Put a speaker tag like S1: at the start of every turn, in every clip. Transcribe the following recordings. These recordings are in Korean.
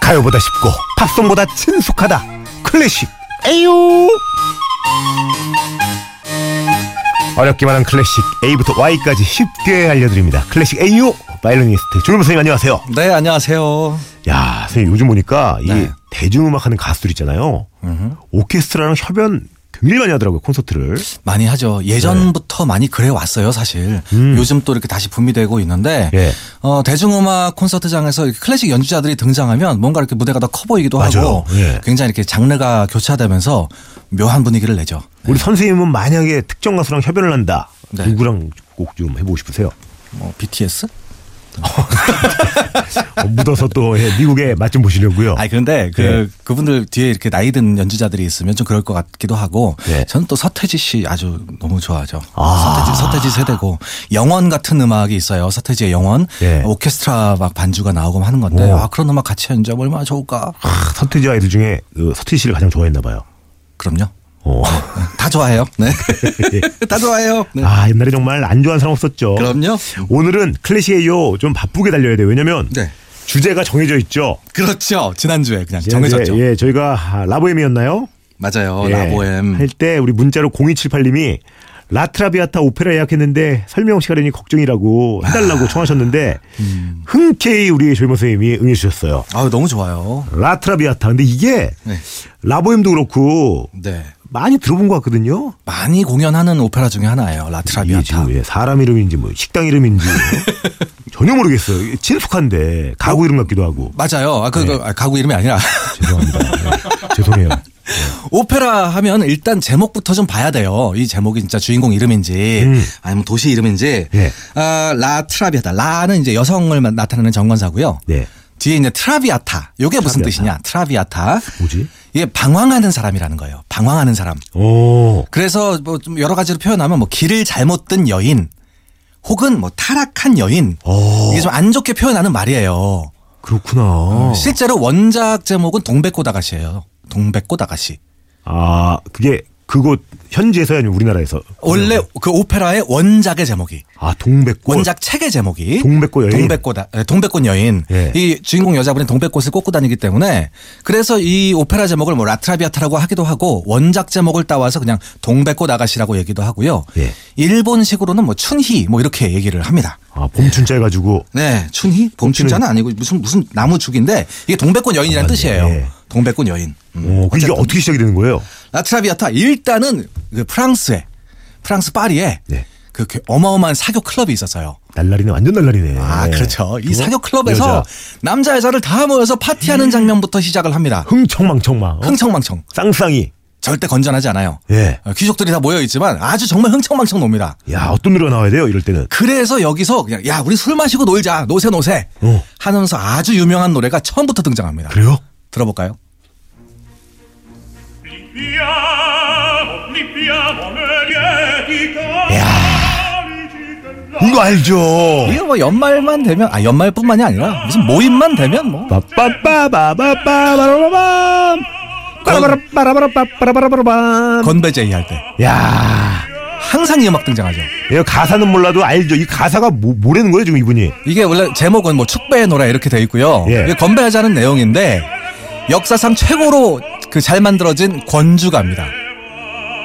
S1: 팝송보다 쉽고 팝송보다 친숙하다 클래식 에유 어렵기만 한 클래식 A부터 Y까지 쉽게 알려드립니다 클래식 에유 바이올리니스트 조율 선생님 안녕하세요
S2: 네, 안녕하세요.
S1: 야 선생님 요즘 보니까 이
S2: 네.
S1: 대중음악 하는 가수들 있잖아요 오케스트라랑 협연 굉장히 많이 하더라고요 콘서트를
S2: 많이 하죠.
S1: 네.
S2: 예전부터 많이 그래 왔어요, 사실. 요즘 또 이렇게 다시 붐이 되고 있는데
S1: 음. 예.
S2: 어, 대중음악 콘서트장에서 이렇게 클래식 연주자들이 등장하면 뭔가 이렇게 무대가 더 커 보이기도
S1: 맞아요.
S2: 하고
S1: 예.
S2: 굉장히 이렇게 장르가 교차되면서 묘한 분위기를 내죠.
S1: 우리 선생님은 만약에 특정 가수랑 협연을 한다
S2: 네.
S1: 누구랑 꼭 좀 해보고 싶으세요?
S2: 뭐 BTS?
S1: 어, 묻어서 또 예, 미국에 맛 좀 보시려고요.
S2: 아니 근데 그
S1: 예.
S2: 그분들 뒤에 이렇게 나이 든 연주자들이 있으면 좀 그럴 것 같기도 하고
S1: 예.
S2: 저는 또 서태지 씨 아주 너무 좋아하죠.
S1: 아.
S2: 서태지 서태지 세대고 영원 같은 음악이 있어요. 서태지의 영원
S1: 예.
S2: 오케스트라 막 반주가 나오고 하는 건데
S1: 오.
S2: 아 그런 음악 같이 연주하면 얼마나 좋을까?
S1: 아, 서태지 아이들 중에 그 서태지 씨를 가장 좋아했나 봐요.
S2: 그럼요.
S1: 어.
S2: 다 좋아해요. 네. 다 좋아해요. 네.
S1: 예. 아 옛날에 정말 안 좋아하는 사람 없었죠.
S2: 그럼요.
S1: 오늘은 클래식에요 좀 바쁘게 달려야 돼요. 왜냐면
S2: 네.
S1: 주제가 정해져 있죠.
S2: 그렇죠. 지난주에 그냥
S1: 예,
S2: 정해졌죠.
S1: 예, 예, 저희가 아, 라보엠이었나요?
S2: 맞아요.
S1: 예.
S2: 라보엠.
S1: 할 때 우리 문자로 0278님이 라트라비아타 오페라 예약했는데 설명 시간이 걱정이라고
S2: 아.
S1: 해달라고 청하셨는데
S2: 음.
S1: 흔쾌히 우리 조이모 선생님이 응해주셨어요.
S2: 아 너무 좋아요.
S1: 라트라비아타. 근데 이게
S2: 네.
S1: 라보엠도 그렇고
S2: 네.
S1: 많이 들어본 것 같거든요.
S2: 많이 공연하는 오페라 중에 하나예요.
S1: 이게
S2: 라트라비아타.
S1: 지금 예, 사람 이름인지 뭐 식당 이름인지 전혀 모르겠어요. 이게 친숙한데 가구 이름 같기도 하고
S2: 맞아요. 아, 그, 그, 아, 가구 이름이 아니라
S1: 죄송합니다. 예, 죄송해요.
S2: 오페라 하면 일단 제목부터 좀 봐야 돼요. 이 제목이 진짜 주인공 이름인지 아니면 도시 이름인지.
S1: 예.
S2: 아, 라 트라비아타. 라는 이제 여성을 마- 나타내는 정관사고요.
S1: 네.
S2: 뒤에 이제 트라비아타. 이게 무슨 뜻이냐? 트라비아타.
S1: 뭐지?
S2: 이게 방황하는 사람이라는 거예요. 방황하는 사람.
S1: 오.
S2: 그래서 뭐 좀 여러 가지로 표현하면 뭐 길을 잘못 든 여인 혹은 뭐 타락한 여인
S1: 오.
S2: 이게 좀 안 좋게 표현하는 말이에요.
S1: 그렇구나.
S2: 실제로 원작 제목은 동백꽃아가씨예요. 동백꽃아가씨.
S1: 아 그게 그곳 현지에서 아니면 우리나라에서
S2: 원래 그 오페라의 원작의 제목이
S1: 아 음. 동백꽃
S2: 원작 책의 제목이
S1: 동백꽃 여인.
S2: 동백꽃 아- 에, 동백꽃 여인
S1: 예.
S2: 이 주인공 여자분이 동백꽃을 꽂고 다니기 때문에 그래서 이 오페라 제목을 뭐 라트라비아타라고 하기도 하고 원작 제목을 따와서 그냥 동백꽃 아가씨라고 얘기도 하고요.
S1: 예.
S2: 일본식으로는 뭐 춘희 뭐 이렇게 얘기를 합니다.
S1: 아 봄춘자 해가지고
S2: 네, 춘희 봄춘자는 아니고 무슨 무슨 나무 죽인데 이게 동백꽃 여인이라는
S1: 맞네.
S2: 뜻이에요.
S1: 예.
S2: 동백꽃 여인. 음.
S1: 어, 그 이게
S2: 어쨌든.
S1: 어떻게 시작이 되는 거예요?
S2: 라트라비아타 일단은 그 프랑스에 프랑스 파리에
S1: 네.
S2: 그 게- 어마어마한 사교 클럽이 있었어요.
S1: 날라리네 완전 날라리네.
S2: 아 그렇죠. 이
S1: 그거?
S2: 사교 클럽에서
S1: 여자.
S2: 남자 여자를 다 모여서 파티하는 장면부터 시작을 합니다.
S1: 흥청망청망 어?
S2: 흥청망청
S1: 쌍쌍이
S2: 절대 건전하지 않아요.
S1: 예.
S2: 어, 귀족들이 다 모여 있지만 아주 정말 흥청망청 놉니다.
S1: 야 어떤 노래가 나와야 돼요 이럴 때는
S2: 그래서 여기서 그냥 야 우리 술 마시고 놀자 노세 노세
S1: 어.
S2: 하면서 아주 유명한 노래가 처음부터 등장합니다.
S1: 그래요?
S2: 들어볼까요?
S3: Lippiamo, lippiamo, meriti carici
S1: 이거 알죠.
S2: 이거 뭐 연말만 되면 아 연말뿐만이 아니라 무슨 모임만 되면
S1: 음.
S2: 뭐
S1: 빠빠빠바바바바바밤 빠라바라바라바라바라바라밤
S2: 건배제이 할 때
S1: 야
S2: 항상 이 음악 등장하죠.
S1: 이거 가사는 몰라도 알죠. 이 가사가 뭐, 뭐라는 거예요 지금 이분이?
S2: 이게 원래 제목은 뭐 축배의 노래 이렇게 돼 있고요.
S1: 예.
S2: 이게 건배하자는 내용인데 역사상 최고로 그 잘 만들어진 권주가입니다.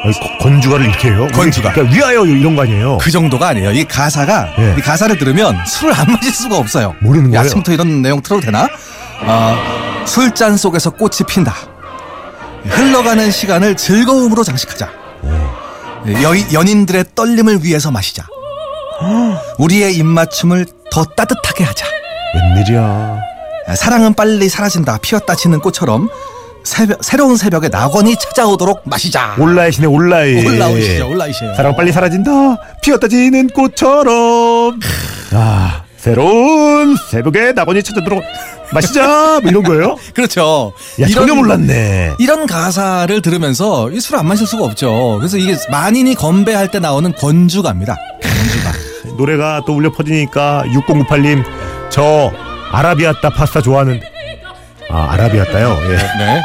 S1: 아니, 거- 건주가를 이렇게 해요?
S2: 건주가.
S1: 그러니까 위하여 이런 거 아니에요?
S2: 그 정도가 아니에요. 이 가사가
S1: 예.
S2: 이 가사를 들으면 술을 안 마실 수가 없어요.
S1: 모르는 거예요?
S2: 아침부터 이런 내용 틀어도 되나? 아, 술잔 속에서 꽃이 핀다. 흘러가는 시간을 즐거움으로 장식하자.
S1: 예.
S2: 여- 연인들의 떨림을 위해서 마시자. 우리의 입맞춤을 더 따뜻하게 하자.
S1: 웬일이야?
S2: 사랑은 빨리 사라진다. 피었다 지는 꽃처럼 새벽, 새로운 새벽에 낙원이 찾아오도록 마시자.
S1: 올라의 신의 올라의
S2: 올라오시죠, 올라오시죠.
S1: 사랑 빨리 사라진다 피었다 지는 꽃처럼 아 새로운 새벽에 낙원이 찾아들어 마시자 뭐 이런 거예요?
S2: 그렇죠.
S1: 야 전혀 몰랐네
S2: 이런 가사를 들으면서 이 술을 안 마실 수가 없죠. 그래서 이게 만인이 건배할 때 나오는 권주가입니다. 권주가.
S1: 노래가 또 울려 퍼지니까 6098님 저 아라비아따 파스타 좋아하는 아 아라비아따요 예
S2: 네.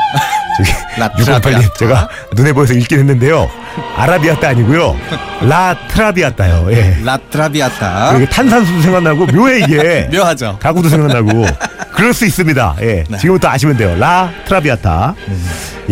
S1: 저기
S2: 라트라비아타.
S1: 6088님 제가 눈에 보여서 읽긴 했는데요. 아라비아따 아니고요. 라트라비아따요. 예.
S2: 라트라비아타.
S1: 그리고 탄산수도 생각나고 묘해 이게.
S2: 묘하죠.
S1: 가구도 생각나고 그럴 수 있습니다. 예.
S2: 네. 음.
S1: 지금부터 아시면 돼요. 라 트라비아타.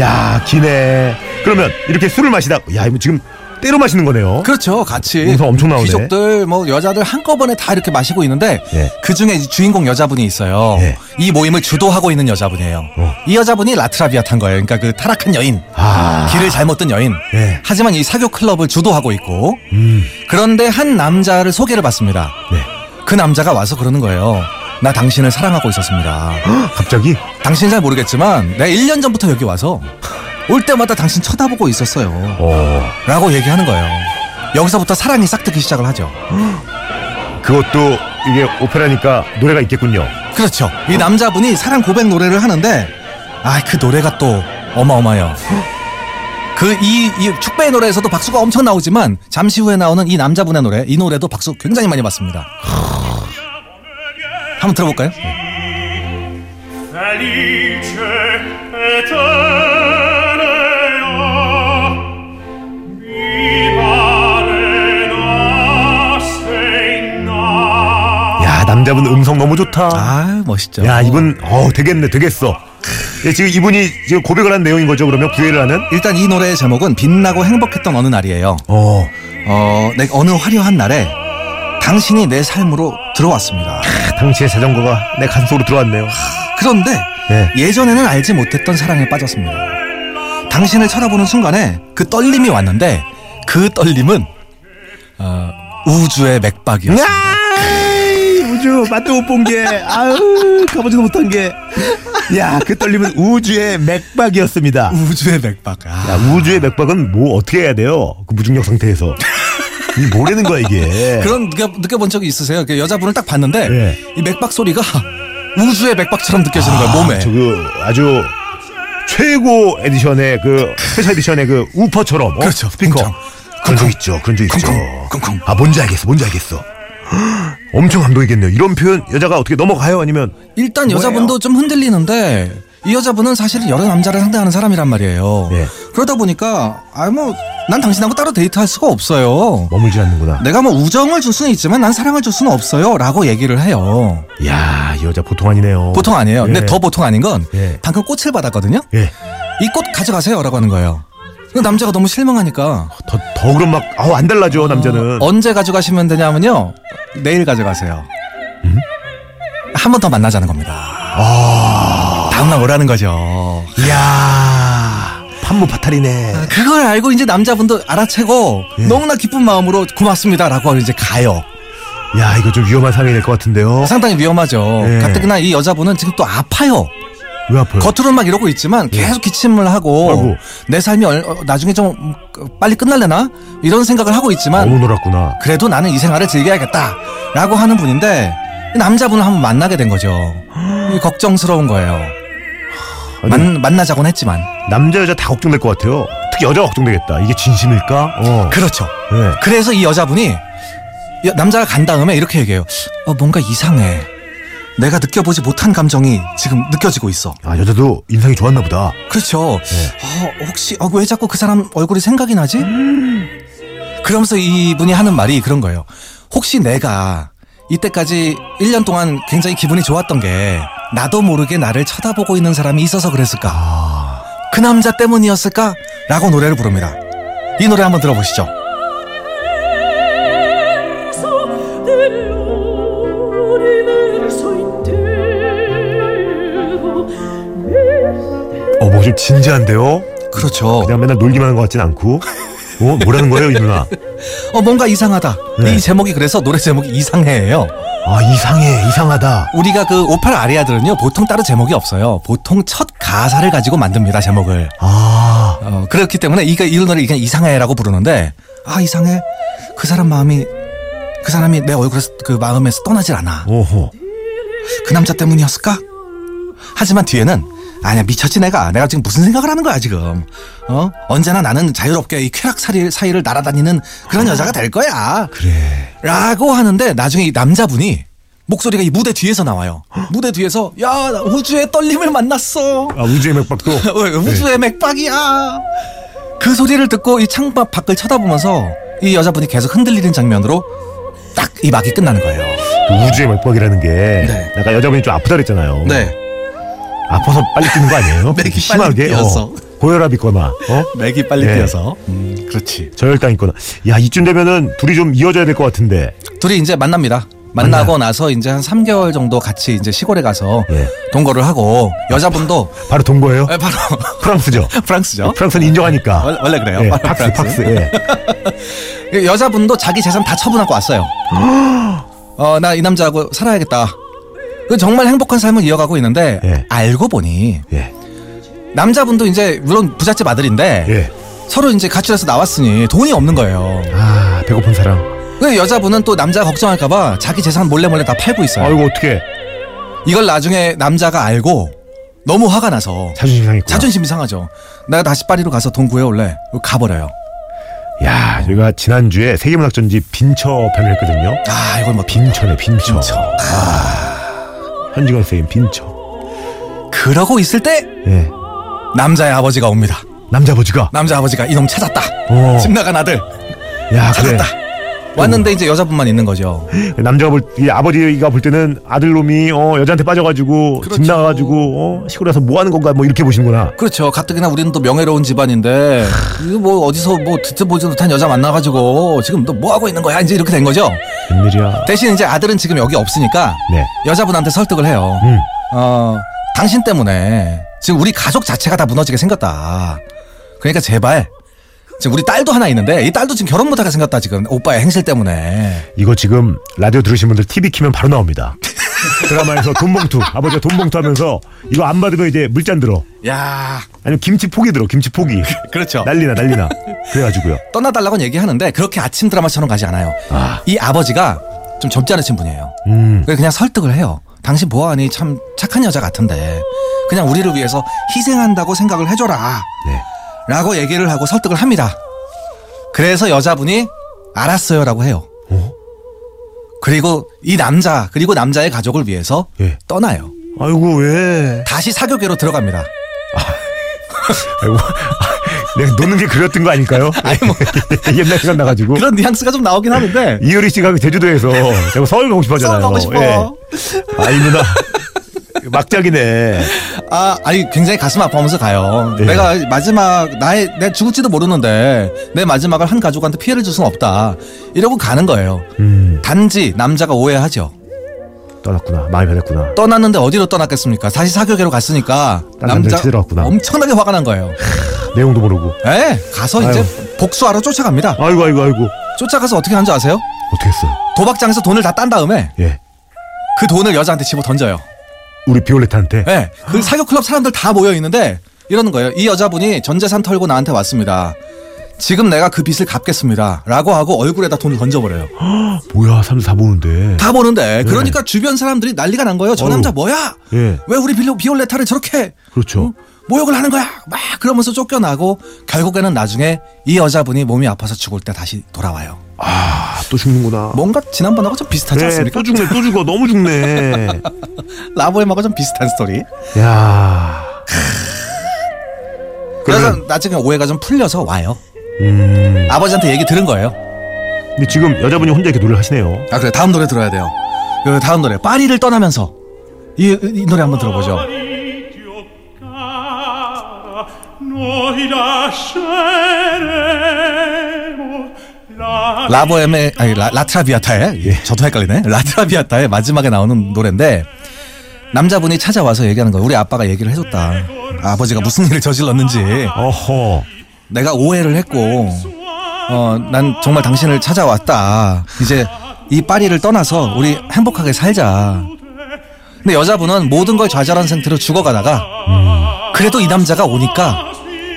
S1: 야 기네. 그러면 이렇게 술을 마시다. 야 이거 지금 때로 마시는 거네요.
S2: 그렇죠. 같이
S1: 용서 엄청 나오네.
S2: 귀족들 뭐 여자들 한꺼번에 다 이렇게 마시고 있는데
S1: 예.
S2: 그 중에 주인공 여자분이 있어요.
S1: 예.
S2: 이 모임을 주도하고 있는 여자분이에요.
S1: 어.
S2: 이 여자분이 라트라비아탄 거예요. 그러니까 그 타락한 여인,
S1: 아.
S2: 길을 잘못 든 여인.
S1: 예.
S2: 하지만 이 사교 클럽을 주도하고 있고
S1: 음.
S2: 그런데 한 남자를 소개를 받습니다.
S1: 네.
S2: 그 남자가 와서 그러는 거예요. 나 당신을 사랑하고 있었습니다.
S1: 헉, 갑자기
S2: 당신 잘 모르겠지만 내가 1년 전부터 여기 와서 올 때마다 당신 쳐다보고 있었어요.
S1: 어.
S2: 라고 얘기하는 거예요. 여기서부터 사랑이 싹트기 시작을 하죠.
S1: 그것도 이게 오페라니까 노래가 있겠군요.
S2: 그렇죠. 이 남자분이 사랑 고백 노래를 하는데, 아, 그 노래가 또 어마어마해요. 그, 이, 이 축배의 노래에서도 박수가 엄청 나오지만, 잠시 후에 나오는 이 남자분의 노래, 이 노래도 박수 굉장히 많이 받습니다. 한번 들어볼까요? 네.
S3: felice eterna viva le nostre inna
S1: 야 남자분 음성 너무 좋다.
S2: 아, 멋있죠.
S1: 야 이분 어 되겠네 되겠어. 예, 지금 이분이 지금 고백을 한 내용인 거죠. 그러면 구애를 하는.
S2: 일단 이 노래의 제목은 빛나고 행복했던 어느 날이에요.
S1: 어.
S2: 어, 내 어느 화려한 날에 당신이 내 삶으로 들어왔습니다.
S1: 아, 당신의 자전거가 내 가슴 속으로 들어왔네요.
S2: 그런데
S1: 네.
S2: 예전에는 알지 못했던 사랑에 빠졌습니다. 당신을 쳐다보는 순간에 그 떨림이 왔는데 그 떨림은 어, 우주의 맥박이었어요.
S1: 아이, 우주 맛도 못 본 게 아우 가보지도 못한 게야그 떨림은 우주의 맥박이었습니다.
S2: 우주의 맥박. 아,
S1: 야, 우주의 맥박은 뭐 어떻게 해야 돼요? 그 무중력 상태에서 이 뭐라는 거야 이게?
S2: 그런 느껴, 느껴본 적이 있으세요? 그 여자분을 딱 봤는데
S1: 예.
S2: 이 맥박 소리가 우주의 맥박처럼 느껴지는 거예요 몸에.
S1: 아, 저그 아주 최고 에디션의 그 스페셜 에디션의 그 우퍼처럼 어?
S2: 그렇죠,
S1: 스피커
S2: 쿵쾅.
S1: 그런 적 있죠. 그런 적 있죠.
S2: 쿵쿵, 쿵쿵.
S1: 아 뭔지 알겠어. 뭔지 알겠어. 엄청 감동이겠네요. 이런 표현 여자가 어떻게 넘어가요? 아니면
S2: 일단 여자분도 좀 흔들리는데 이 여자분은 사실 여러 남자를 상대하는 사람이란 말이에요.
S1: 예.
S2: 그러다 보니까 아뭐난 당신하고 따로 데이트할 수가 없어요.
S1: 머물지 않는구나.
S2: 내가 뭐 우정을 줄 수는 있지만 난 사랑을 줄 수는 없어요 라고 얘기를 해요
S1: 이야 이 여자 보통 아니네요.
S2: 보통 아니에요
S1: 어. 예.
S2: 근데 더 보통 아닌 건
S1: 예.
S2: 방금 꽃을 받았거든요
S1: 예.
S2: 이 꽃 가져가세요 라고 하는 거예요 그 남자가 너무 실망하니까
S1: 더, 더 그럼 막, 아우, 안 달라져, 남자는.
S2: 언제 가져가시면 되냐면요 내일 가져가세요
S1: 음?
S2: 한 번 더 만나자는 겁니다
S1: 아.
S2: 다음날 오라는 거죠
S1: 이야, 판무 파탈이네.
S2: 그걸 알고 이제 남자분도 알아채고
S1: 예.
S2: 너무나 기쁜 마음으로 고맙습니다 라고 이제 가요
S1: 야, 이거 좀 위험한 상황이 될 것 같은데요.
S2: 상당히 위험하죠
S1: 예.
S2: 가뜩이나 이 여자분은 지금 또 아파요
S1: 왜 아파요?
S2: 겉으로는 막 이러고 있지만 계속 기침을 하고
S1: 음. 예. 아이고.
S2: 내 삶이 얼- 어, 나중에 좀 음, 빨리 끝날래나 이런 생각을 하고 있지만
S1: 너무 놀았구나.
S2: 그래도 나는 이 생활을 즐겨야겠다라고 하는 분인데 이 남자분을 한번 만나게 된 거죠. 이 걱정스러운 거예요.
S1: 아니,
S2: 만, 만나자곤 했지만
S1: 남자, 여자 다 걱정될 것 같아요. 특히 여자가 걱정되겠다. 이게 진심일까? 어.
S2: 그렇죠.
S1: 예.
S2: 그래서 이 여자분이 여- 남자가 간 다음에 이렇게 얘기해요. 어, 뭔가 이상해. 내가 느껴보지 못한 감정이 지금 느껴지고 있어.
S1: 아, 여자도 인상이 좋았나 보다.
S2: 그렇죠. 어, 혹시 어, 왜 자꾸 그 사람 얼굴이 생각이 나지? 그러면서 이분이 하는 말이 그런 거예요. 혹시 내가 이때까지 1년 동안 굉장히 기분이 좋았던 게 나도 모르게 나를 쳐다보고 있는 사람이 있어서 그랬을까?
S1: 아,
S2: 그 남자 때문이었을까? 라고 노래를 부릅니다. 이 노래 한번 들어보시죠.
S4: verso dell'universo intero. Mistero.
S1: 어, 뭐 좀 진지한데요?
S2: 그렇죠.
S1: 그냥 맨날 놀기만 한 것 같진 않고. 어, 뭐라는 거예요, 이 누나?
S2: 어, 뭔가 이상하다.
S1: 네.
S2: 이 제목이 그래서 노래 제목이 이상해예요.
S1: 아, 이상해, 이상하다.
S2: 우리가 그 오페라 아리아들은요 보통 따로 제목이 없어요. 보통 첫 가사를 가지고 만듭니다 제목을.
S1: 아,
S2: 어, 그렇기 때문에 이거 이 노래 그냥 이상해라고 부르는데 아 이상해 그 사람 마음이 그 사람이 내 얼굴에서 그 마음에서 떠나질 않아
S1: 오호.
S2: 그 남자 때문이었을까? 하지만 뒤에는 아니야 미쳤지 내가 내가 지금 무슨 생각을 하는 거야 지금 어 언제나 나는 자유롭게 이 쾌락 사이- 사이를 날아다니는 그런 여자가 될 거야
S1: 그래.
S2: 라고 하는데 나중에 이 남자분이 목소리가 이 무대 뒤에서 나와요. 무대 뒤에서 야, 나 우주의 떨림을 만났어.
S1: 아, 우주의 맥박도
S2: 왜, 우주의 맥박이야. 그 소리를 듣고 이 창밖 밖을 쳐다보면서 이 여자분이 계속 흔들리는 장면으로 딱 이 막이 끝나는 거예요.
S1: 우주의 맥박이라는 게
S2: 네.
S1: 아까 여자분이 좀 아프다 그랬잖아요.
S2: 네.
S1: 아파서 빨리 뛰는 거 아니에요?
S2: 맥이 빨리
S1: 심하게
S2: 뛰어서.
S1: 어, 고혈압 있거나 어?
S2: 맥이 빨리
S1: 네.
S2: 뛰어서. 음, 그렇지.
S1: 저혈당 있거나. 야 이쯤 되면은 둘이 좀 이어져야 될 것 같은데.
S2: 둘이 이제 만납니다. 만나고 나서 이제 한 3개월 정도 같이 이제 시골에 가서
S1: 예.
S2: 동거를 하고 여자분도
S1: 바로 동거예요?
S2: 예, 바로
S1: 프랑스죠.
S2: 프랑스죠.
S1: 어? 프랑스는 인정하니까.
S2: 원- 원래 그래요.
S1: 예,
S2: 어, 네, 프랑스.
S1: 팍스 팍스. 예.
S2: 여자분도 자기 재산 다 처분하고 왔어요. 어 나 이 남자하고 살아야겠다. 그 정말 행복한 삶을 이어가고 있는데
S1: 예.
S2: 알고 보니
S1: 예.
S2: 남자분도 이제 물론 부잣집 아들인데
S1: 예.
S2: 서로 이제 가출해서 나왔으니 돈이 없는 거예요.
S1: 아 배고픈 사람.
S2: 그 여자분은 또 남자 가 걱정할까봐 자기 재산 몰래 몰래 다 팔고 있어요.
S1: 아이고 어떻게
S2: 이걸 나중에 남자가 알고 너무 화가 나서
S1: 자존심 상했구나.
S2: 자존심이 상하죠. 나 다시 파리로 가서 돈 구해올래. 그리고 가버려요.
S1: 야 저희가 지난 주에 세계문학전지 빈처 편을 했거든요.
S2: 아 이건 뭐 비...
S1: 빈처네 빈처. 아, 한지건 쌤 빈처.
S2: 그러고 있을 때
S1: 예.
S2: 남자의 아버지가 옵니다.
S1: 남자 아버지가.
S2: 남자 아버지가 이놈 찾았다.
S1: 어.
S2: 집 나간 아들
S1: 야 그래.
S2: 찾았다. 왔는데 이제 여자분만 있는 거죠.
S1: 남자가 볼, 이 아버지가 볼 때는 아들놈이 어, 여자한테 빠져가지고
S2: 그렇죠.
S1: 집 나가가지고 어, 시골에 와서 뭐 하는 건가 뭐 이렇게 보시는구나.
S2: 그렇죠. 가뜩이나 우리는 또 명예로운 집안인데 이거 뭐 어디서 뭐 듣도 보지도 못한 여자 만나가지고 지금 너 뭐 하고 있는 거야? 이제 이렇게 된 거죠.
S1: 웬일이야.
S2: 대신 이제 아들은 지금 여기 없으니까
S1: 네.
S2: 여자분한테 설득을 해요.
S1: 음.
S2: 어, 당신 때문에 지금 우리 가족 자체가 다 무너지게 생겼다. 그러니까 제발 지금 우리 딸도 하나 있는데 이 딸도 지금 결혼 못하게 생겼다 지금 오빠의 행실 때문에.
S1: 이거 지금 라디오 들으신 분들 TV 키면 바로 나옵니다. 드라마에서 돈봉투 아버지가 돈봉투 하면서 이거 안 받으면 이제 물잔 들어.
S2: 야,
S1: 아니면 김치 포기 들어 김치 포기.
S2: 그렇죠.
S1: 난리나 난리나. 그래가지고요.
S2: 떠나달라고는 얘기하는데 그렇게 아침 드라마처럼 가지 않아요. 이 아버지가 좀 젊지 않으신 분이에요.
S1: 음.
S2: 그래서 그냥 설득을 해요. 당신 보아하니 참 착한 여자 같은데 그냥 우리를 위해서 희생한다고 생각을 해줘라.
S1: 네.
S2: 라고 얘기를 하고 설득을 합니다. 그래서 여자분이 알았어요 라고 해요. 그리고 이 남자, 그리고 남자의 가족을 위해서
S1: 예.
S2: 떠나요.
S1: 아이고 왜?
S2: 다시 사교계로 들어갑니다.
S1: 아이고. 내가 노는 게 그렸던 거 아닐까요? 옛날 생각 나가지고.
S2: 뭐. 그런 뉘앙스가 좀 나오긴 하는데.
S1: 이효리 씨가 그 제주도에서 제가 서울 가고 싶어 하잖아요. 예.
S2: 서울 가고 싶어.
S1: 아이 누나. 막작이네.
S2: 아, 아니, 굉장히 가슴 아파하면서 가요.
S1: 네.
S2: 내가 마지막, 나의, 내가 죽을지도 모르는데, 내 마지막을 한 가족한테 피해를 줄 수는 없다. 이러고 가는 거예요.
S1: 음,
S2: 단지 남자가 오해하죠.
S1: 떠났구나. 마음이 변했구나.
S2: 떠났는데 어디로 떠났겠습니까? 다시 사교계로 갔으니까,
S1: 다른 남자를 찾으러갔구나.
S2: 엄청나게 화가 난 거예요.
S1: 내용도 모르고.
S2: 예, 가서 이제 복수하러 쫓아갑니다.
S1: 아이고, 아이고, 아이고.
S2: 쫓아가서 어떻게 하는 줄 아세요?
S1: 어떻게 했어?
S2: 도박장에서 돈을 다 딴 다음에
S1: 예.
S2: 그 돈을 여자한테 집어 던져요.
S1: 우리 비올레타한테.
S2: 예,
S1: 아.
S2: 그 사교 클럽 사람들 다 모여 있는데 이러는 거예요. 이 여자분이 전 재산 털고 나한테 왔습니다. 지금 내가 그 빚을 갚겠습니다.라고 하고 얼굴에다 돈을 던져버려요.
S1: 뭐야, 삼사 보는데.
S2: 다 보는데 그러니까 주변 사람들이 난리가 난 거예요. 저
S1: 예. 어휴.
S2: 남자 뭐야?
S1: 예.
S2: 왜 우리 빌로 비올레타를 저렇게
S1: 그렇죠.
S2: 모욕을 하는 거야? 막 그러면서 쫓겨나고 결국에는 나중에 이 여자분이 몸이 아파서 죽을 때 다시 돌아와요.
S1: 아, 또 죽는구나.
S2: 뭔가 지난번하고 좀 비슷하지
S1: 예,
S2: 않습니까?
S1: 또 죽네, 또 죽어. 너무 죽네.
S2: 라보엠하고 좀 비슷한 스토리.
S1: 야
S2: 그래서
S1: 그러면, 음.
S2: 나중에 오해가 좀 풀려서 와요. 아버지한테 얘기 들은 거예요.
S1: 근데 지금 여자분이 혼자 이렇게 노래를 하시네요.
S2: 아 그래 다음 노래 들어야 돼요. 그 다음 노래 파리를 떠나면서 이, 이 노래 한번 들어보죠.
S3: Pari, Dio cara, noi lasceremo la
S2: 라보엠의 아니 라, 라트라비아타의 예, 저도 헷갈리네. 라트라비아타의 마지막에 나오는 노래인데 남자분이 찾아와서 얘기하는 거예요. 우리 아빠가 얘기를 해줬다. 아버지가 무슨 일을 저질렀는지
S1: 어허.
S2: 내가 오해를 했고 어 난 정말 당신을 찾아왔다. 이제 이 파리를 떠나서 우리 행복하게 살자. 근데 여자분은 모든 걸 좌절한 상태로 죽어가다가 그래도 이 남자가 오니까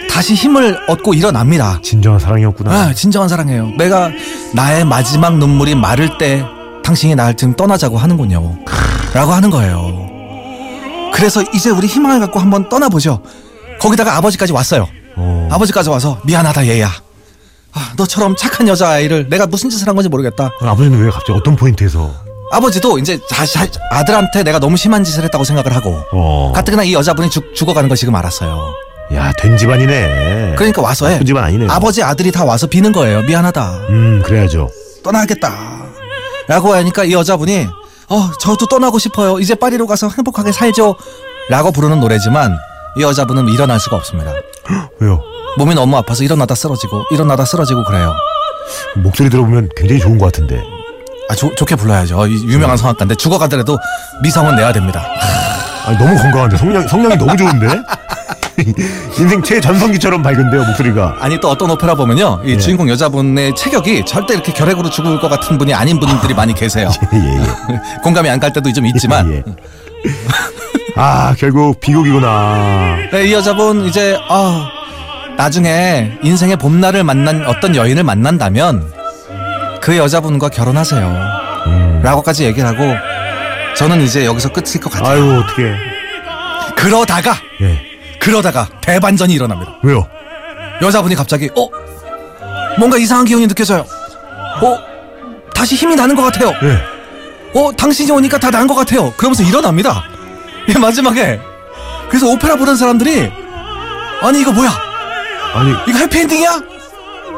S2: 다시 힘을 얻고 일어납니다.
S1: 진정한 사랑이었구나.
S2: 아, 진정한 사랑이에요. 내가 나의 마지막 눈물이 마를 때 당신이 나를 지금 떠나자고 하는군요. 라고 하는 거예요. 그래서 이제 우리 희망을 갖고 한번 떠나보죠. 거기다가 아버지까지 왔어요.
S1: 어.
S2: 아버지까지 와서 미안하다 얘야. 아, 너처럼 착한 여자아이를 내가 무슨 짓을 한 건지 모르겠다.
S1: 아버지는 왜 갑자기 어떤 포인트에서
S2: 아버지도 이제 자, 자, 아들한테 내가 너무 심한 짓을 했다고 생각을 하고
S1: 어.
S2: 가뜩이나 이 여자분이 죽, 죽어가는 걸 지금 알았어요.
S1: 야, 된 집안이네.
S2: 그러니까 와서 해.
S1: 나쁜 집안 아니네.
S2: 아버지 아들이 다 와서 비는 거예요. 미안하다.
S1: 음, 그래야죠.
S2: 떠나겠다. 라고 하니까 이 여자분이 어, 저도 떠나고 싶어요. 이제 파리로 가서 행복하게 살죠. 라고 부르는 노래지만 이 여자분은 일어날 수가 없습니다.
S1: 왜요?
S2: 몸이 너무 아파서 일어나다 쓰러지고 일어나다 쓰러지고 그래요.
S1: 목소리 들어보면 굉장히 좋은 것 같은데.
S2: 아, 좋- 좋게 불러야죠. 이 유명한 성악가인데 죽어가더라도 미성은 내야 됩니다.
S1: 아니, 너무 건강한데. 성량, 성량이 너무 좋은데? 인생 최전성기처럼 밝은데요, 목소리가.
S2: 아니 또 어떤 오페라 보면요,
S1: 예.
S2: 이 주인공 여자분의 체격이 절대 이렇게 결핵으로 죽을 것 같은 분이 아닌 분들이 많이 계세요.
S1: 예, 예.
S2: 공감이 안 갈 때도 좀 있지만
S1: 예. 아, 결국 비극이구나.
S2: 네, 이 여자분 이제 아 나중에 인생의 봄날을 만난 어떤 여인을 만난다면 그 여자분과 결혼하세요. 라고까지 얘기를 하고 저는 이제 여기서 끝일 것 같아요.
S1: 아유, 어떻게.
S2: 그러다가
S1: 예.
S2: 그러다가 대반전이 일어납니다.
S1: 왜요?
S2: 여자분이 갑자기 어 뭔가 이상한 기운이 느껴져요. 어 다시 힘이 나는 것 같아요.
S1: 예.
S2: 어 당신이 오니까 다 난 것 같아요. 그러면서 일어납니다. 예, 마지막에 그래서 오페라 보는 사람들이 아니 이거 뭐야?
S1: 아니,
S2: 이거 해피엔딩이야?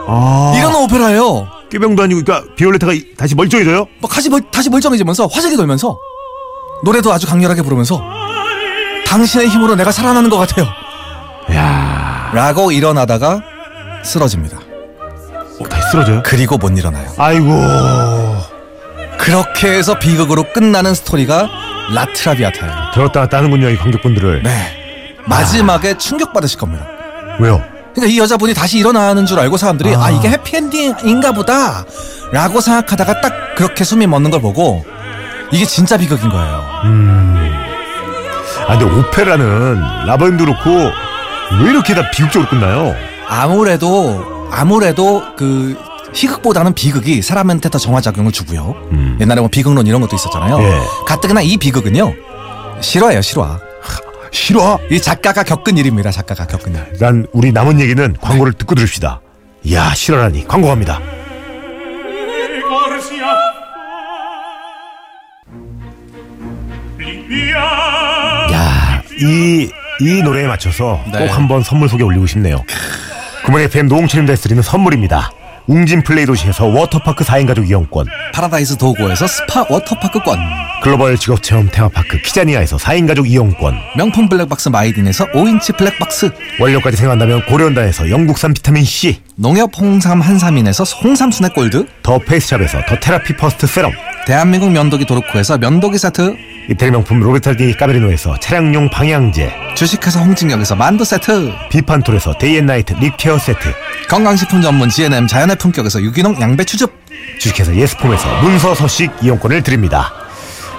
S1: 아.
S2: 이런 오페라예요.
S1: 꾀병도 아니고, 그러니까 비올레타가 이- 다시 멀쩡해져요?
S2: 막 다시, 멀, 다시 멀쩡해지면서 화색이 돌면서 노래도 아주 강렬하게 부르면서 당신의 힘으로 내가 살아나는 것 같아요. 라고 일어나다가 쓰러집니다.
S1: 어, 다시 쓰러져요?
S2: 그리고 못 일어나요.
S1: 아이고.
S2: 그렇게 해서 비극으로 끝나는 스토리가 라트라비아타예요.
S1: 들었다 놨다 하는군요, 이 관객분들을.
S2: 네. 마지막에 충격받으실 겁니다.
S1: 왜요?
S2: 그러니까 이 여자분이 다시 일어나는 줄 알고 사람들이 아,
S1: 아.
S2: 이게 해피엔딩인가 보다 라고 생각하다가 딱 그렇게 숨이 멎는 걸 보고 이게 진짜 비극인 거예요.
S1: 아, 근데 오페라는 라바인도 그렇고, 왜 이렇게 다 비극적으로 끝나요?
S2: 아무래도 아무래도 그 희극보다는 비극이 사람한테 더 정화작용을 주고요.
S1: 음.
S2: 옛날에 뭐 비극론 이런 것도 있었잖아요.
S1: 예.
S2: 가뜩이나 이 비극은요 실화예요 실화.
S1: 싫어?
S2: 이 작가가 겪은 일입니다. 작가가 겪은 일.
S1: 난 우리 남은 얘기는 광고를 듣고 들읍시다. 이야, 싫어라니. 광고합니다.
S3: ricorsi a far. L'inviato
S1: 야, 이, 이 노래에 맞춰서
S2: 네.
S1: 꼭 한번 선물 소개 올리고 싶네요. 구멍 FM 노홍철님 데스리는 선물입니다. 웅진 플레이 도시에서 워터파크 4인 가족 이용권,
S2: 파라다이스 도고에서 스파 워터파크권,
S1: 글로벌 직업체험 테마파크 키자니아에서 4인 가족 이용권,
S2: 명품 블랙박스 마이딘에서 5인치 블랙박스,
S1: 원료까지 생각한다면 고려온단에서 영국산 비타민C,
S2: 농협 홍삼 한삼인에서 홍삼 순액 골드.
S1: 더 페이스샵에서 더 테라피 퍼스트 세럼,
S2: 대한민국 면도기 도르코에서 면도기 세트
S1: 이태리 명품 로베탈디 까베리노에서 차량용 방향제,
S2: 주식회사 홍진경에서 만두 세트
S1: 비판톨에서 데이앤나이트 립케어 세트,
S2: 건강식품 전문 GNM 자연의 품격에서 유기농 양배추즙
S1: 주식회사 예스폼에서 문서 서식 이용권을 드립니다.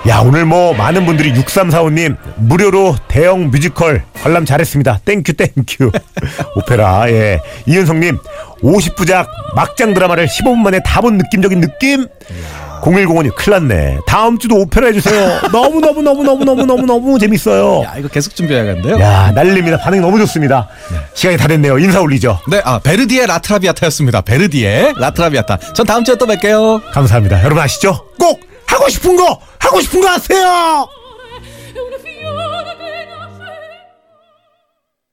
S1: 야 오늘 뭐 많은 분들이 6345님 무료로 대형 뮤지컬 관람 잘했습니다. 땡큐 땡큐. 오페라 예 이은성님 50부작 막장 드라마를 15분 만에 다 본 느낌적인 느낌. 0105님 큰일 났네. 다음 주도 오페라 해주세요. 너무너무너무너무너무너무너무 재밌어요.
S2: 야 이거 계속 준비해야겠는데요
S1: 야 난립니다. 반응이 너무 좋습니다. 시간이 다 됐네요. 인사 올리죠.
S2: 네아 베르디의 라트라비아타였습니다 베르디의 라트라비아타 전 다음 주에 또 뵐게요
S1: 감사합니다. 여러분 아시죠? 꼭 하고 싶은 거 하고 싶은 거 하세요.